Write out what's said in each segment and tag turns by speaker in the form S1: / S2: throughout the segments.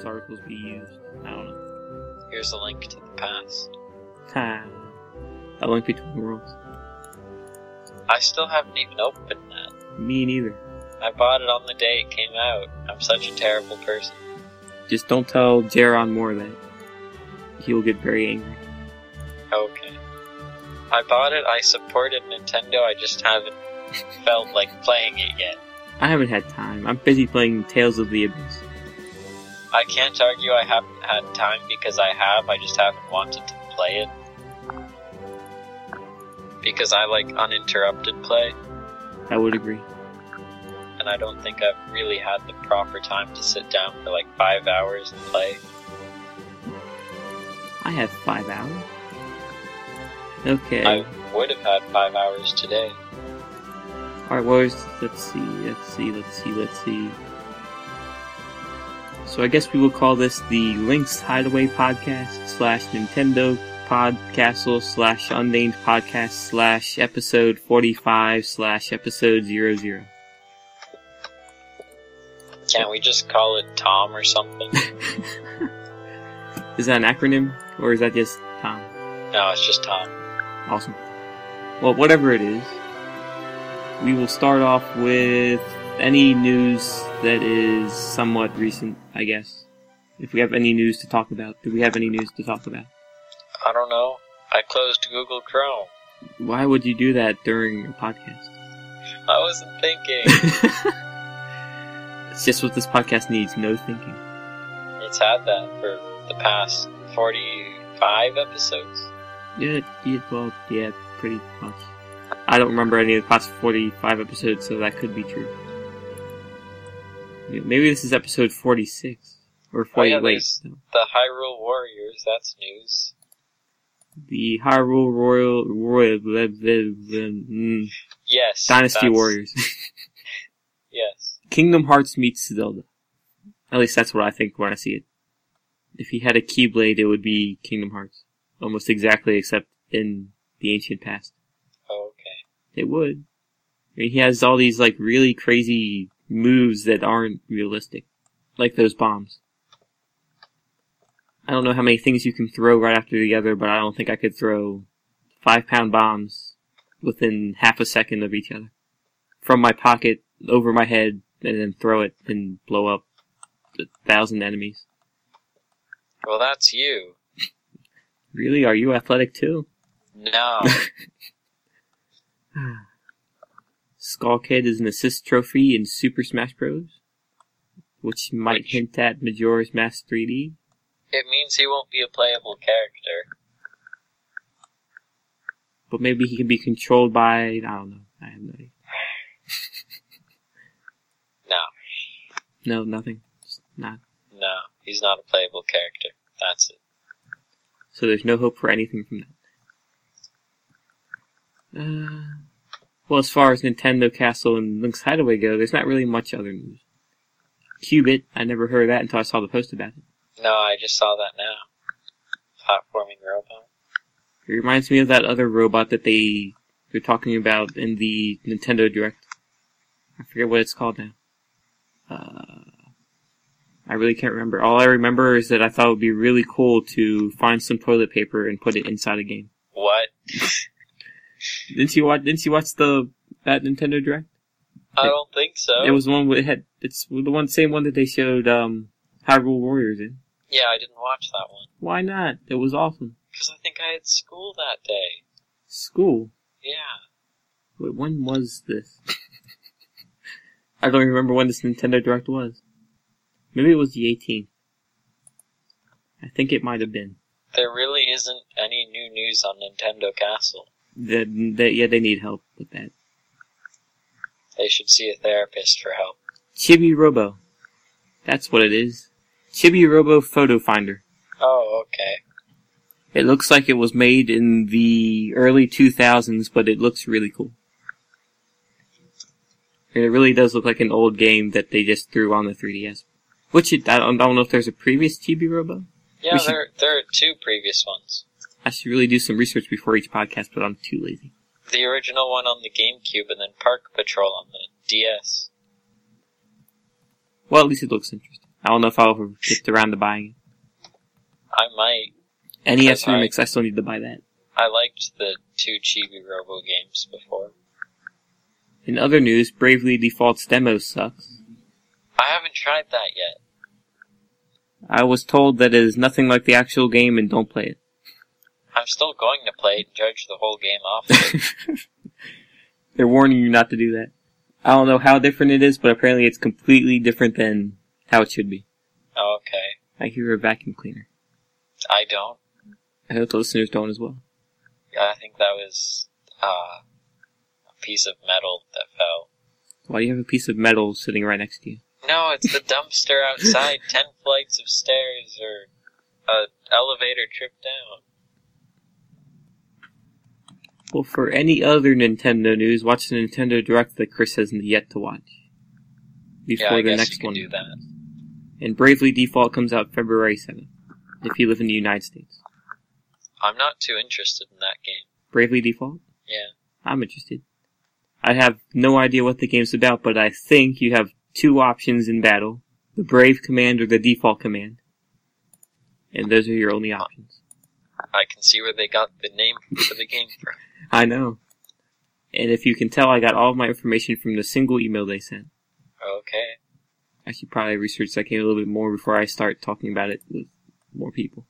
S1: circles be used? I don't know.
S2: Here's a link to the past.
S1: Ha. That link between worlds.
S2: I still haven't even opened that.
S1: Me neither.
S2: I bought it on the day it came out. I'm such a terrible person.
S1: Just don't tell Jaron Moore that. He'll get very angry.
S2: Okay. I bought it, I supported Nintendo, I just haven't felt like playing it yet.
S1: I haven't had time. I'm busy playing Tales of the Abyss.
S2: I can't argue I haven't had time because I have, I just haven't wanted to play it. Because I like uninterrupted play,
S1: I would agree.
S2: and I don't think I've really had the proper time to sit down for like five hours and play.
S1: I have five hours. Okay.
S2: I would have had five hours today.
S1: All right, where's let's see, let's see, let's see, let's see. So I guess we will call this the Links Hideaway Podcast slash Nintendo Podcastle slash Unnamed Podcast slash Episode Forty Five slash Episode Zero Zero.
S2: Can't we just call it Tom or something?
S1: Is that an acronym or is that just Tom?
S2: no, it's just Tom.
S1: Awesome. Well, whatever it is, we will start off with any news that is somewhat recent, I guess. If we have any news to talk about, do we have any news to talk about?
S2: I don't know. I closed Google Chrome.
S1: Why would you do that during a podcast?
S2: I wasn't thinking.
S1: It's just what this podcast needs, no thinking.
S2: It's had that for the past 45 episodes.
S1: Yeah, yeah, well, yeah, pretty much. I don't remember any of the past 45 episodes, so that could be true. Yeah, Maybe this is episode 46. Or 40,
S2: Oh, yeah,
S1: wait.
S2: there's-
S1: no.
S2: The Hyrule Warriors, that's news.
S1: The Hyrule Royal, Royal, blah, blah, blah, mm,
S2: Yes.
S1: Dynasty
S2: that's-
S1: Warriors.
S2: Yes.
S1: Kingdom Hearts meets Zelda. At least that's what I think when I see it. If he had a Keyblade, it would be Kingdom Hearts. Almost exactly, except in the ancient past.
S2: Oh, okay.
S1: It would. I mean, he has all these, like, really crazy moves that aren't realistic. Like those bombs. I don't know how many things you can throw right after the other, but I don't think I could throw five pound bombs within half a second of each other. From my pocket, over my head, and then throw it and blow up a thousand enemies.
S2: Well, that's you.
S1: Really? Are you athletic too?
S2: No.
S1: Skull Kid is an assist trophy in Super Smash Bros., which might
S2: Which-
S1: hint at Majora's Mask 3D.
S2: it means he won't be a playable character.
S1: But maybe he can be controlled by I don't know. I have no idea.
S2: No.
S1: No, nothing. Just not.
S2: No. He's not a playable character. That's it.
S1: So there's no hope for anything from that. Uh, well, as far as Nintendo Castle and Link's Hideaway go, there's not really much other news. Cubit, I never heard of that until I saw the post about it.
S2: No, I just saw that now. Platforming robot.
S1: It reminds me of that other robot that they they're talking about in the Nintendo Direct. I forget what it's called now. Uh, I really can't remember. All I remember is that I thought it would be really cool to find some toilet paper and put it inside a game.
S2: What?
S1: Didn't you watch? Didn't you watch the that Nintendo Direct?
S2: I don't think so.
S1: It was the one with it had it's the one same one that they showed um Hyrule Warriors in.
S2: yeah, I didn't watch that one.
S1: Why not? It was awesome.
S2: Because I think I had school that day.
S1: School.
S2: Yeah.
S1: Wait, when was this? I don't remember when this Nintendo Direct was. Maybe it was the 18th. I think it might have been.
S2: There really isn't any new news on Nintendo Castle.
S1: That that yeah, they need help with that.
S2: They should see a therapist for help.
S1: Chibi Robo. That's what it is. Chibi Robo Photo Finder.
S2: Oh, okay.
S1: It looks like it was made in the early 2000s, but it looks really cool. And it really does look like an old game that they just threw on the 3DS. Which it, I, don't, I don't know if there's a previous Chibi Robo.
S2: Yeah,
S1: We should-
S2: there there are two previous ones.
S1: I should really do some research before each podcast, but I'm too lazy.
S2: The original one on the GameCube and then Park Patrol on the DS.
S1: Well, at least it looks interesting. I don't know if I'll ever get around to buying
S2: I might.
S1: it. NES
S2: I-
S1: Remix, I still need to buy that.
S2: I liked the two Chibi Robo games before.
S1: In other news, Bravely Default's demo sucks.
S2: I haven't tried that yet.
S1: I was told that it is nothing like the actual game and don't play it.
S2: I'm still going to play it and judge the whole game off. of it.
S1: They're warning you not to do that. I don't know how different it is, but apparently it's completely different than how it should be.
S2: Oh, okay.
S1: I hear a vacuum cleaner.
S2: I don't.
S1: I hope the listeners don't as well.
S2: I think that was uh, a piece of metal that fell.
S1: Why do you have a piece of metal sitting right next to you?
S2: No, it's the dumpster outside. Ten flights of stairs or a elevator trip down.
S1: Well, for any other Nintendo news, watch the Nintendo Direct that Chris has yet to watch. Before
S2: Yeah, I
S1: the
S2: guess
S1: next
S2: you can
S1: one.
S2: do that.
S1: And Bravely Default comes out February 7th, if you live in the United States.
S2: I'm not too interested in that game.
S1: Bravely Default?
S2: Yeah.
S1: I'm interested. I have no idea what the game's about, but I think you have two options in battle the Brave command or the Default command. And those are your only options.
S2: I can see where they got the name for the game from.
S1: I know. And if you can tell, I got all of my information from the single email they sent.
S2: Okay.
S1: I should probably research that game a little bit more before I start talking about it with more people.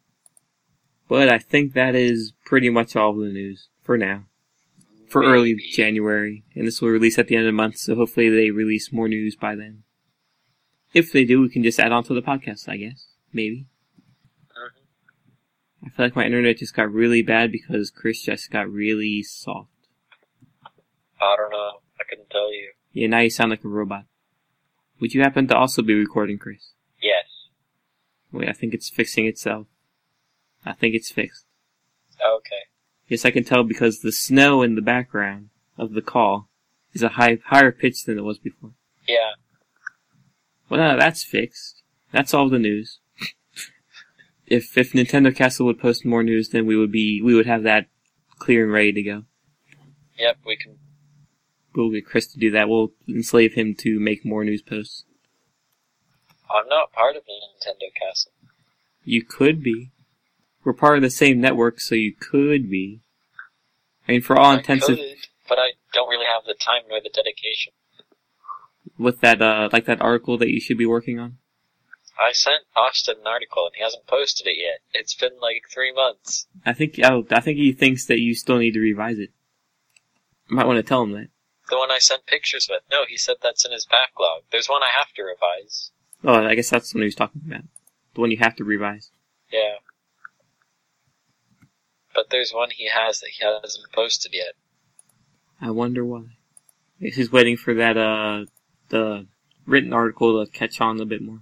S1: But I think that is pretty much all of the news for now. For early
S2: Maybe.
S1: January. And this will release at the end of the month, so hopefully they release more news by then. If they do, we can just add on to the podcast, I guess. Maybe.
S2: Mhm.
S1: I feel like my internet just got really bad because Chris just got really soft.
S2: I don't know. I couldn't tell you.
S1: Yeah, now you sound like a robot. Would you happen to also be recording, Chris?
S2: Yes.
S1: Wait, I think it's fixing itself. I think it's fixed.
S2: Okay.
S1: Yes, I can tell because the snow in the background of the call is a high, higher pitch than it was before.
S2: Yeah.
S1: Well, now that's fixed. That's all the news. if if Nintendo Castle would post more news, then we would be we would have that clear and ready to go.
S2: Yep. We can.
S1: We'll get Chris to do that. We'll enslave him to make more news posts.
S2: I'm not part of the Nintendo Castle.
S1: You could be. We're part of the same network, so you could be. I mean, for all
S2: I
S1: intents and
S2: could, but I don't really have the time nor the dedication.
S1: with that uh like that article that you should be working on.
S2: I sent Austin an article and he hasn't posted it yet. It's been like three months.
S1: I think I, I think he thinks that you still need to revise it. You might want to tell him that.
S2: The one I sent pictures with. No, he said that's in his backlog. There's one I have to revise.
S1: Oh, I guess that's the one he was talking about. The one you have to revise.
S2: Yeah. But there's one he has that he hasn't posted yet.
S1: I wonder why. I guess He's waiting for that uh the written article to catch on a bit more.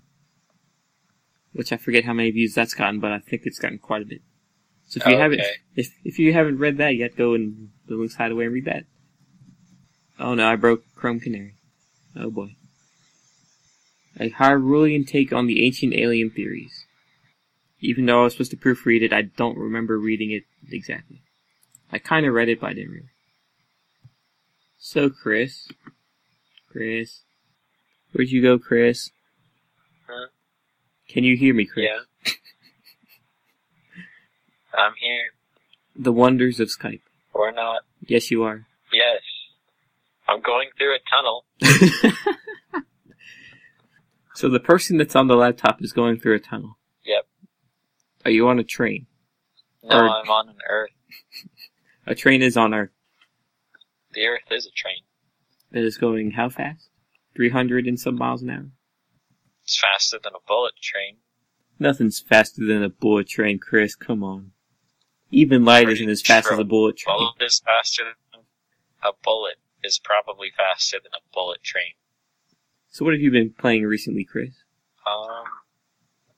S1: Which I forget how many views that's gotten, but I think it's gotten quite a bit. So if you
S2: Oh,
S1: haven't
S2: okay.
S1: if if you haven't read that yet, go and the links hideaway and read that. Oh no, I broke Chrome Canary. Oh boy. A Hyrulean take on the ancient alien theories. Even though I was supposed to proofread it, I don't remember reading it exactly. I kind of read it, but I didn't really. So, Chris. Chris. Where'd you go, Chris?
S2: Huh?
S1: Can you hear me, Chris?
S2: Yeah. I'm here.
S1: The wonders of Skype.
S2: Or not.
S1: Yes, you are.
S2: Yes. I'm going through a tunnel.
S1: so the person that's on the laptop is going through a tunnel.
S2: Yep.
S1: Are you on a train?
S2: No,
S1: Or-
S2: I'm on an Earth.
S1: A train is on Earth
S2: The Earth is a train.
S1: that is going how fast? 300 and some miles an hour?
S2: It's faster than a bullet train.
S1: Nothing's faster than a bullet train, Chris. Come on. Even light
S2: Pretty
S1: isn't as fast as a
S2: true.
S1: bullet train.
S2: Bullet is faster than a bullet is probably faster than a bullet train.
S1: So what have you been playing recently, Chris?
S2: Um,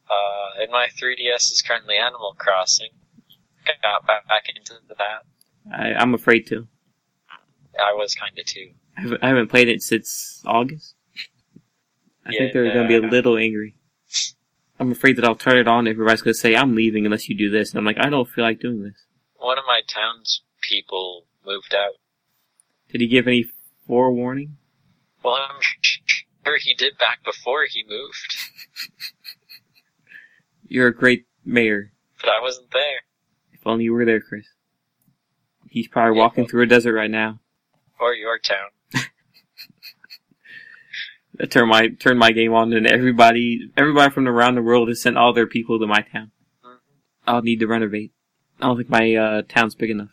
S2: uh, and my 3DS is currently Animal Crossing. Got back back into that.
S1: I, I'm afraid to.
S2: I was kind of too.
S1: I haven't, I haven't played it since August. I think they're going to be a
S2: Yeah.
S1: little angry. I'm afraid that I'll turn it on. Everybody's going to say, I'm leaving unless you do this. And I'm like, I don't feel like doing this.
S2: One of my town's people moved out.
S1: Did he give any forewarning?
S2: Well, I'm sure he did back before he moved.
S1: You're a great mayor.
S2: But I wasn't there.
S1: If only you were there, Chris. He's probably
S2: Yeah.
S1: walking through a desert right now.
S2: Or your town.
S1: I turn my turn my game on, and everybody everybody from around the world has sent all their people to my town.
S2: Mhm.
S1: I'll need to renovate. I don't think my uh, town's big enough.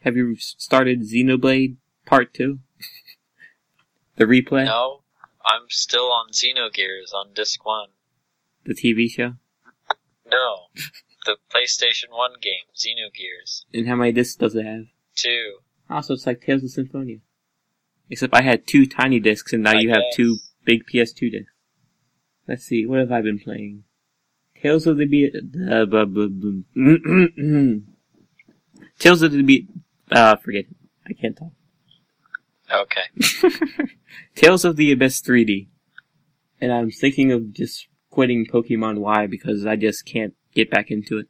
S1: Have you s- started Xenoblade Part Two? the replay,
S2: No, I'm still on Xenogears on disc one.
S1: the TV show,
S2: No, the PlayStation One game Xenogears
S1: and how many discs does it have?
S2: two.
S1: Also, it's like Tales of Symphonia. Except I had two tiny discs, and now
S2: I
S1: you have
S2: guess.
S1: two big PS2 discs. Let's see, what have I been playing? Tales of the Be- uh, blah, blah, blah. Tales of the Be- uh, forget it. I can't talk.
S2: Okay.
S1: Tales of the Abyss 3D. And I'm thinking of just quitting Pokemon Y because I just can't get back into it.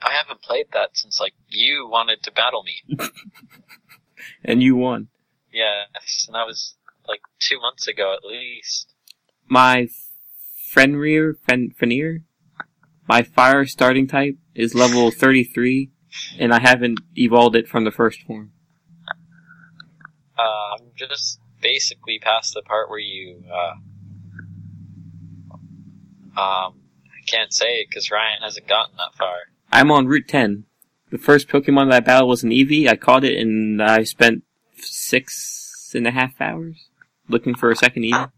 S2: I haven't played that since like you wanted to battle me.
S1: And you won.
S2: Yeah, and that was like two months ago at least.
S1: my Fenrir, Fen, Fenrir, my fire starting type is level 33, and I haven't evolved it from the first form.
S2: Uh, I'm just basically past the part where you. Uh, um, I can't say it because Ryan hasn't gotten that far.
S1: I'm on Route 10. The first Pokemon that I battled was an Eevee. I caught it, and I spent six and a half hours looking for a second Eevee.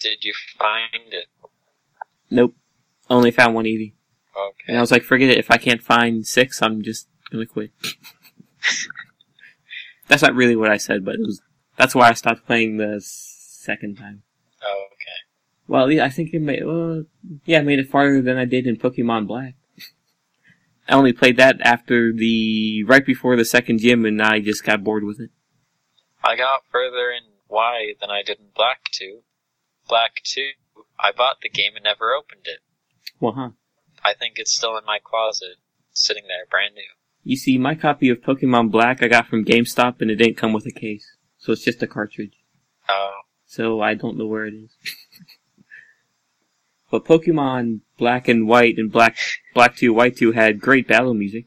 S2: Did you find it?
S1: Nope. Only found one Eevee. And I
S2: Okay.
S1: was like, forget it. If I can't find six, I'm just gonna quit. that's not really what I said, but it was, that's why I stopped playing the second time.
S2: Oh, okay.
S1: Well, yeah, I think it made. Well, yeah, I made it farther than I did in Pokemon Black. I only played that after the right before the second gym, and I just got bored with it.
S2: I got further in Y than I did in Black 2. Black 2, I bought the game and never opened it.
S1: Well, huh?
S2: I think it's still in my closet, sitting there brand new.
S1: You see, my copy of Pokemon Black I got from GameStop, and it didn't come with a case, so it's just a cartridge.
S2: Oh,
S1: So I don't know where it is. but Pokemon Black and White and Black Black Two White Two had great battle music.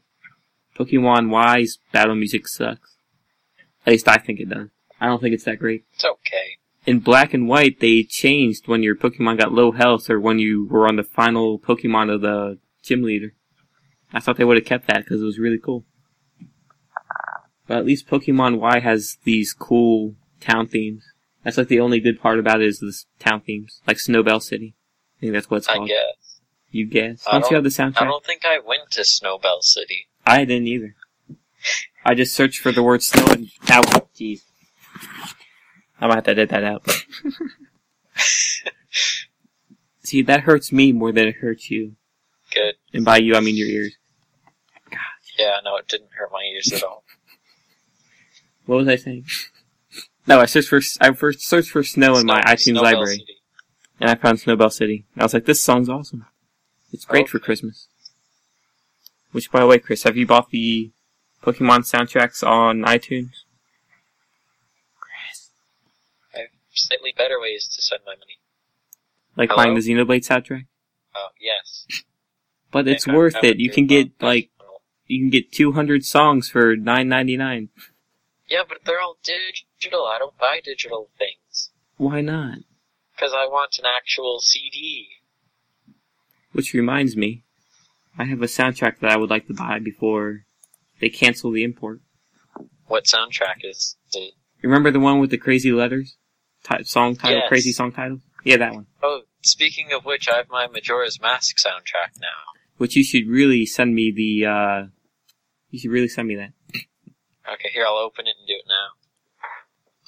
S1: Pokemon Y's battle music sucks. At least I think it does. I don't think it's that great.
S2: it's okay.
S1: in black and white they changed when your Pokemon got low health or when you were on the final Pokemon of the gym leader. I thought they would have kept that because it was really cool. But at least Pokemon Y has these cool town themes. That's like the only good part about it is this town themes, like Snowbell City. I think that's what it's
S2: I
S1: called.
S2: guess.
S1: You guess?
S2: I
S1: Don't you have
S2: don't-
S1: the
S2: I
S1: soundtrack?
S2: don't think I went to Snowbell City.
S1: I, didn't either. I just searched for the word snow and ow, jeez. I might have to edit that out. See, that hurts me more than it hurts you.
S2: Good.
S1: And by you, I mean your ears.
S2: Yeah, no, it didn't hurt my ears at all.
S1: What was I saying? No, I searched for I first searched for snow in my
S2: Snow-
S1: iTunes
S2: Snowbell
S1: library,
S2: City.
S1: and I found Snowbell City. I was like, "This song's awesome. It's great for
S2: Oh, Okay.
S1: Christmas." Which, by the way, Chris, have you bought the Pokemon soundtracks on iTunes? Chris,
S2: I have slightly better ways to spend my money.
S1: like
S2: Hello?
S1: buying the Xenoblade soundtrack,
S2: Oh, yes.
S1: but it's
S2: Think I-
S1: worth
S2: I
S1: it.
S2: would
S1: You
S2: do
S1: can get
S2: well.
S1: like you can get two hundred songs for nine ninety nine.
S2: Yeah, but they're all digital. I don't buy digital things.
S1: Why not?
S2: Because I want an actual CD.
S1: Which reminds me, I have a soundtrack that I would like to buy before they cancel the import.
S2: What soundtrack is it?
S1: You Remember the one with the crazy letters? Ti- song title,
S2: Yes.
S1: crazy song title? Yeah, that one.
S2: Oh, speaking of which, I have my Majora's Mask soundtrack now.
S1: Which you should really send me the, uh, you should really send me that.
S2: Okay, here, I'll open it and do it now.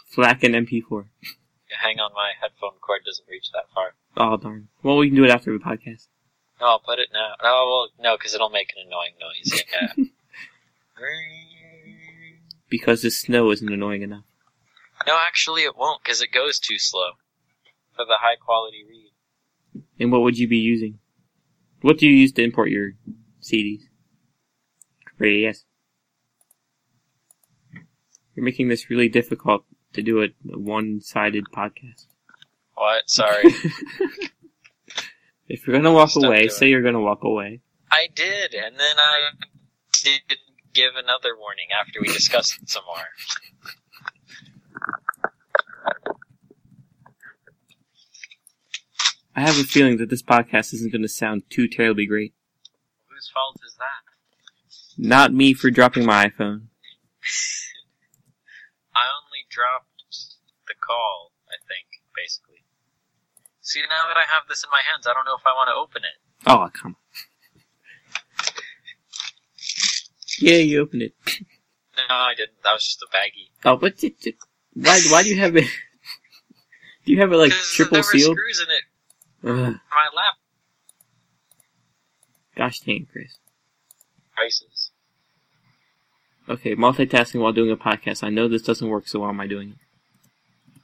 S1: Flack and MP4.
S2: Yeah, Hang on, my headphone cord doesn't reach that far.
S1: Oh, darn. Well, we can do it after the podcast.
S2: No, I'll put it now. Oh, well, no, because it'll make an annoying noise. Yeah.
S1: Because the snow isn't annoying enough.
S2: no, actually, it won't, because it goes too slow for the high quality read.
S1: And what would you be using? What do you use to import your CDs? Yes. You're making this really difficult to do a one sided podcast.
S2: What? Sorry.
S1: If you're gonna walk
S2: Stop
S1: away,
S2: doing
S1: say you're gonna walk away.
S2: I did, and then I did give another warning after we discussed it some more.
S1: I have a feeling that this podcast isn't gonna sound too terribly great.
S2: Whose fault is that?
S1: Not me for dropping my iPhone.
S2: I only dropped the call, I think, basically. See, now that I have this in my hands, I don't know if I want to open it.
S1: Oh, come on. Yeah, you opened it.
S2: No, I didn't. That was just a baggie.
S1: Oh, but it, it- why? Why do you have it? Do you have it like
S2: 'Cause
S1: triple
S2: there were
S1: sealed?
S2: screws in it.
S1: Ugh,
S2: My lap
S1: gosh dang, Chris.
S2: prices.
S1: Okay, multitasking while doing a podcast. I know this doesn't work, so why am I doing it?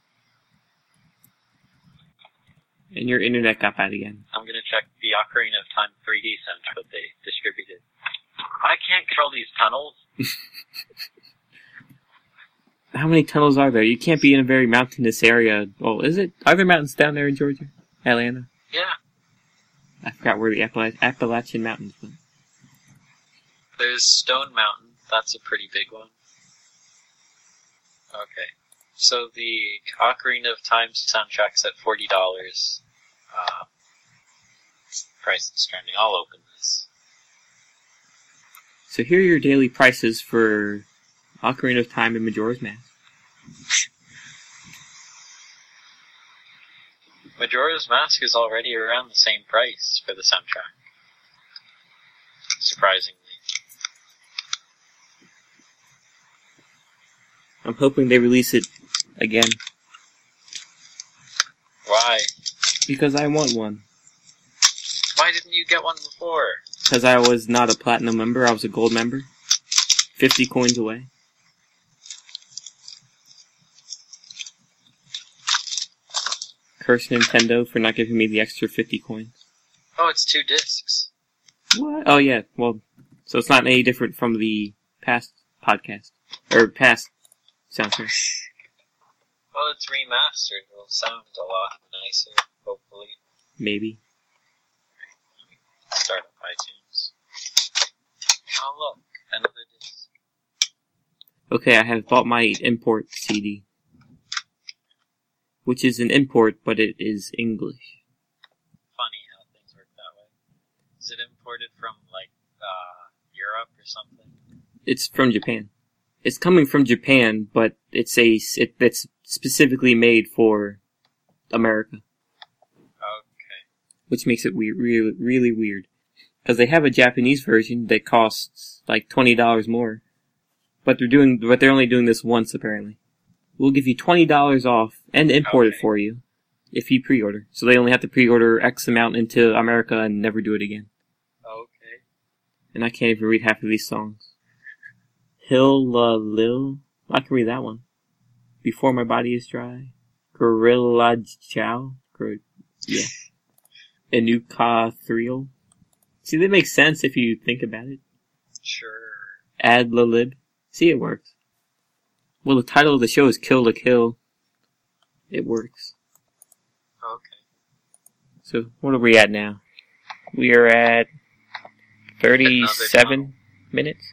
S1: And your internet got bad again.
S2: I'm gonna check the Ocarina of Time 3D sent that they distributed. I can't control these tunnels.
S1: How many tunnels are there? You can't be in a very mountainous area. Well, is it? Are there mountains down there in Georgia, Atlanta?
S2: Yeah,
S1: I forgot where the Appala- Appalachian Mountains went.
S2: there's Stone Mountain. That's a pretty big one. Okay, so the Ocarina of Time soundtrack's at forty dollars. Uh, price is trending. I'll open this.
S1: So here are your daily prices for Ocarina of Time and Majora's Mask.
S2: Majora's Mask is already around the same price for the soundtrack. Surprisingly.
S1: I'm hoping they release it again
S2: Why?
S1: because I want one.
S2: Why didn't you get one before?
S1: Because I was not a platinum member, I was a gold member. 50 coins away. Curse Nintendo for not giving me the extra 50 coins.
S2: Oh, it's two discs.
S1: What? Oh, yeah, well, so it's not any different from the past podcast. Or past soundtrack.
S2: Well, Oh, it's remastered. It'll sound a lot nicer, hopefully.
S1: Maybe.
S2: Start up iTunes. Oh, look. Another disc.
S1: Okay, I have bought my import CD. Which is an import, but it is English.
S2: Funny how things work that way. Is it imported from, like, uh, Europe or something?
S1: It's from Japan. It's coming from Japan, but it's a it, it's specifically made for America,
S2: Okay.
S1: which makes it weird, really, really weird. Because they have a Japanese version that costs like twenty dollars more, but they're doing but they're only doing this once apparently. We'll give you twenty dollars off and import it
S2: Okay.
S1: for you if you pre-order. So they only have to pre-order X amount into America and never do it again.
S2: Okay.
S1: And I can't even read half of these songs. Hill La Lil. I can read that one. Before My Body Is Dry. Gorilla Chow. Gor- yeah. Inuka Thriel. See, that makes sense if you think about it.
S2: Sure.
S1: Ad Lib. See, it works. Well, the title of the show is Kill La Kill. It works.
S2: Okay.
S1: So, what are we at now? We are at 37
S2: 37
S1: minutes.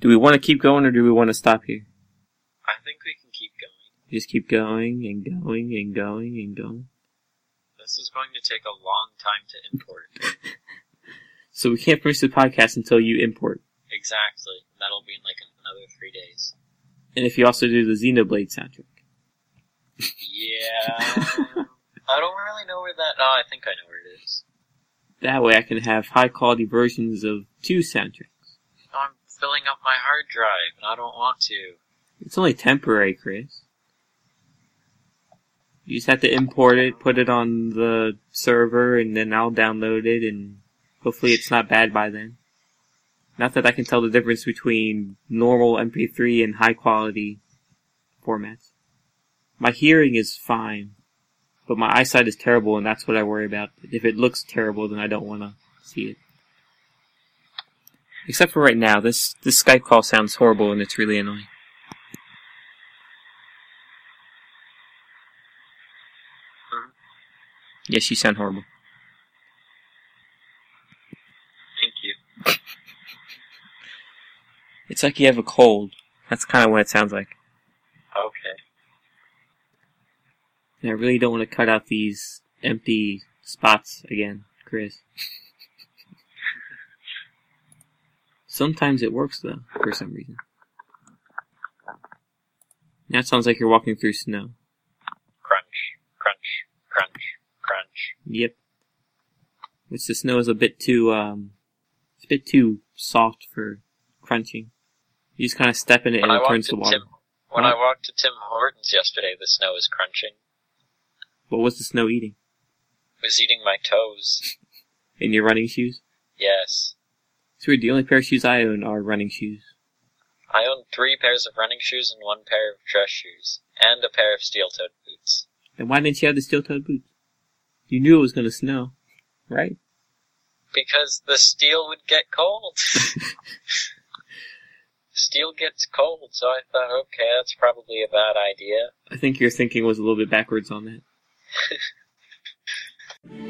S1: Do we want to keep going or do we want to stop here?
S2: I think we can keep going.
S1: Just keep going and going and going and going.
S2: This is going to take a long time to import.
S1: So we can't finish the podcast until you import.
S2: exactly. That'll be in, like, another three days.
S1: And if you also do the Xenoblade soundtrack.
S2: Yeah. I don't really know where that. Oh, I think I know where it is.
S1: That way I can have high quality versions of two soundtracks.
S2: I'm filling up my hard drive, and I don't want to.
S1: It's only temporary, Chris. You just have to import it, put it on the server, and then I'll download it, and hopefully it's not bad by then. Not that I can tell the difference between normal MP3 and high quality formats. My hearing is fine, but my eyesight is terrible, and that's what I worry about. If it looks terrible, then I don't want to see it. Except for right now, this, this Skype call sounds horrible and it's really annoying. Yes, you sound horrible. It's like you have a cold. That's kind of what it sounds like.
S2: Okay.
S1: And I really don't want to cut out these empty spots again, Chris. Sometimes it works though, for some reason. Now it sounds like you're walking through snow.
S2: Crunch, crunch, crunch, crunch.
S1: Yep. Which the snow is a bit too um it's a bit too soft for crunching. You just kinda step in it and
S2: I
S1: it
S2: walked
S1: turns
S2: to
S1: to water.
S2: Tim, when
S1: Huh?
S2: I walked to Tim Hortons yesterday, the snow was crunching.
S1: But what's the snow eating?
S2: It was eating my toes.
S1: In your running shoes?
S2: Yes.
S1: It's weird, the only pair of shoes I own are running shoes.
S2: I own three pairs of running shoes and one pair of dress shoes, and a pair of steel-toed boots.
S1: And why didn't you have the steel toed boots? You knew it was gonna snow, right?
S2: Because the steel would get cold. steel gets cold, so I thought, okay, that's probably a bad idea.
S1: I think your thinking was a little bit backwards on that.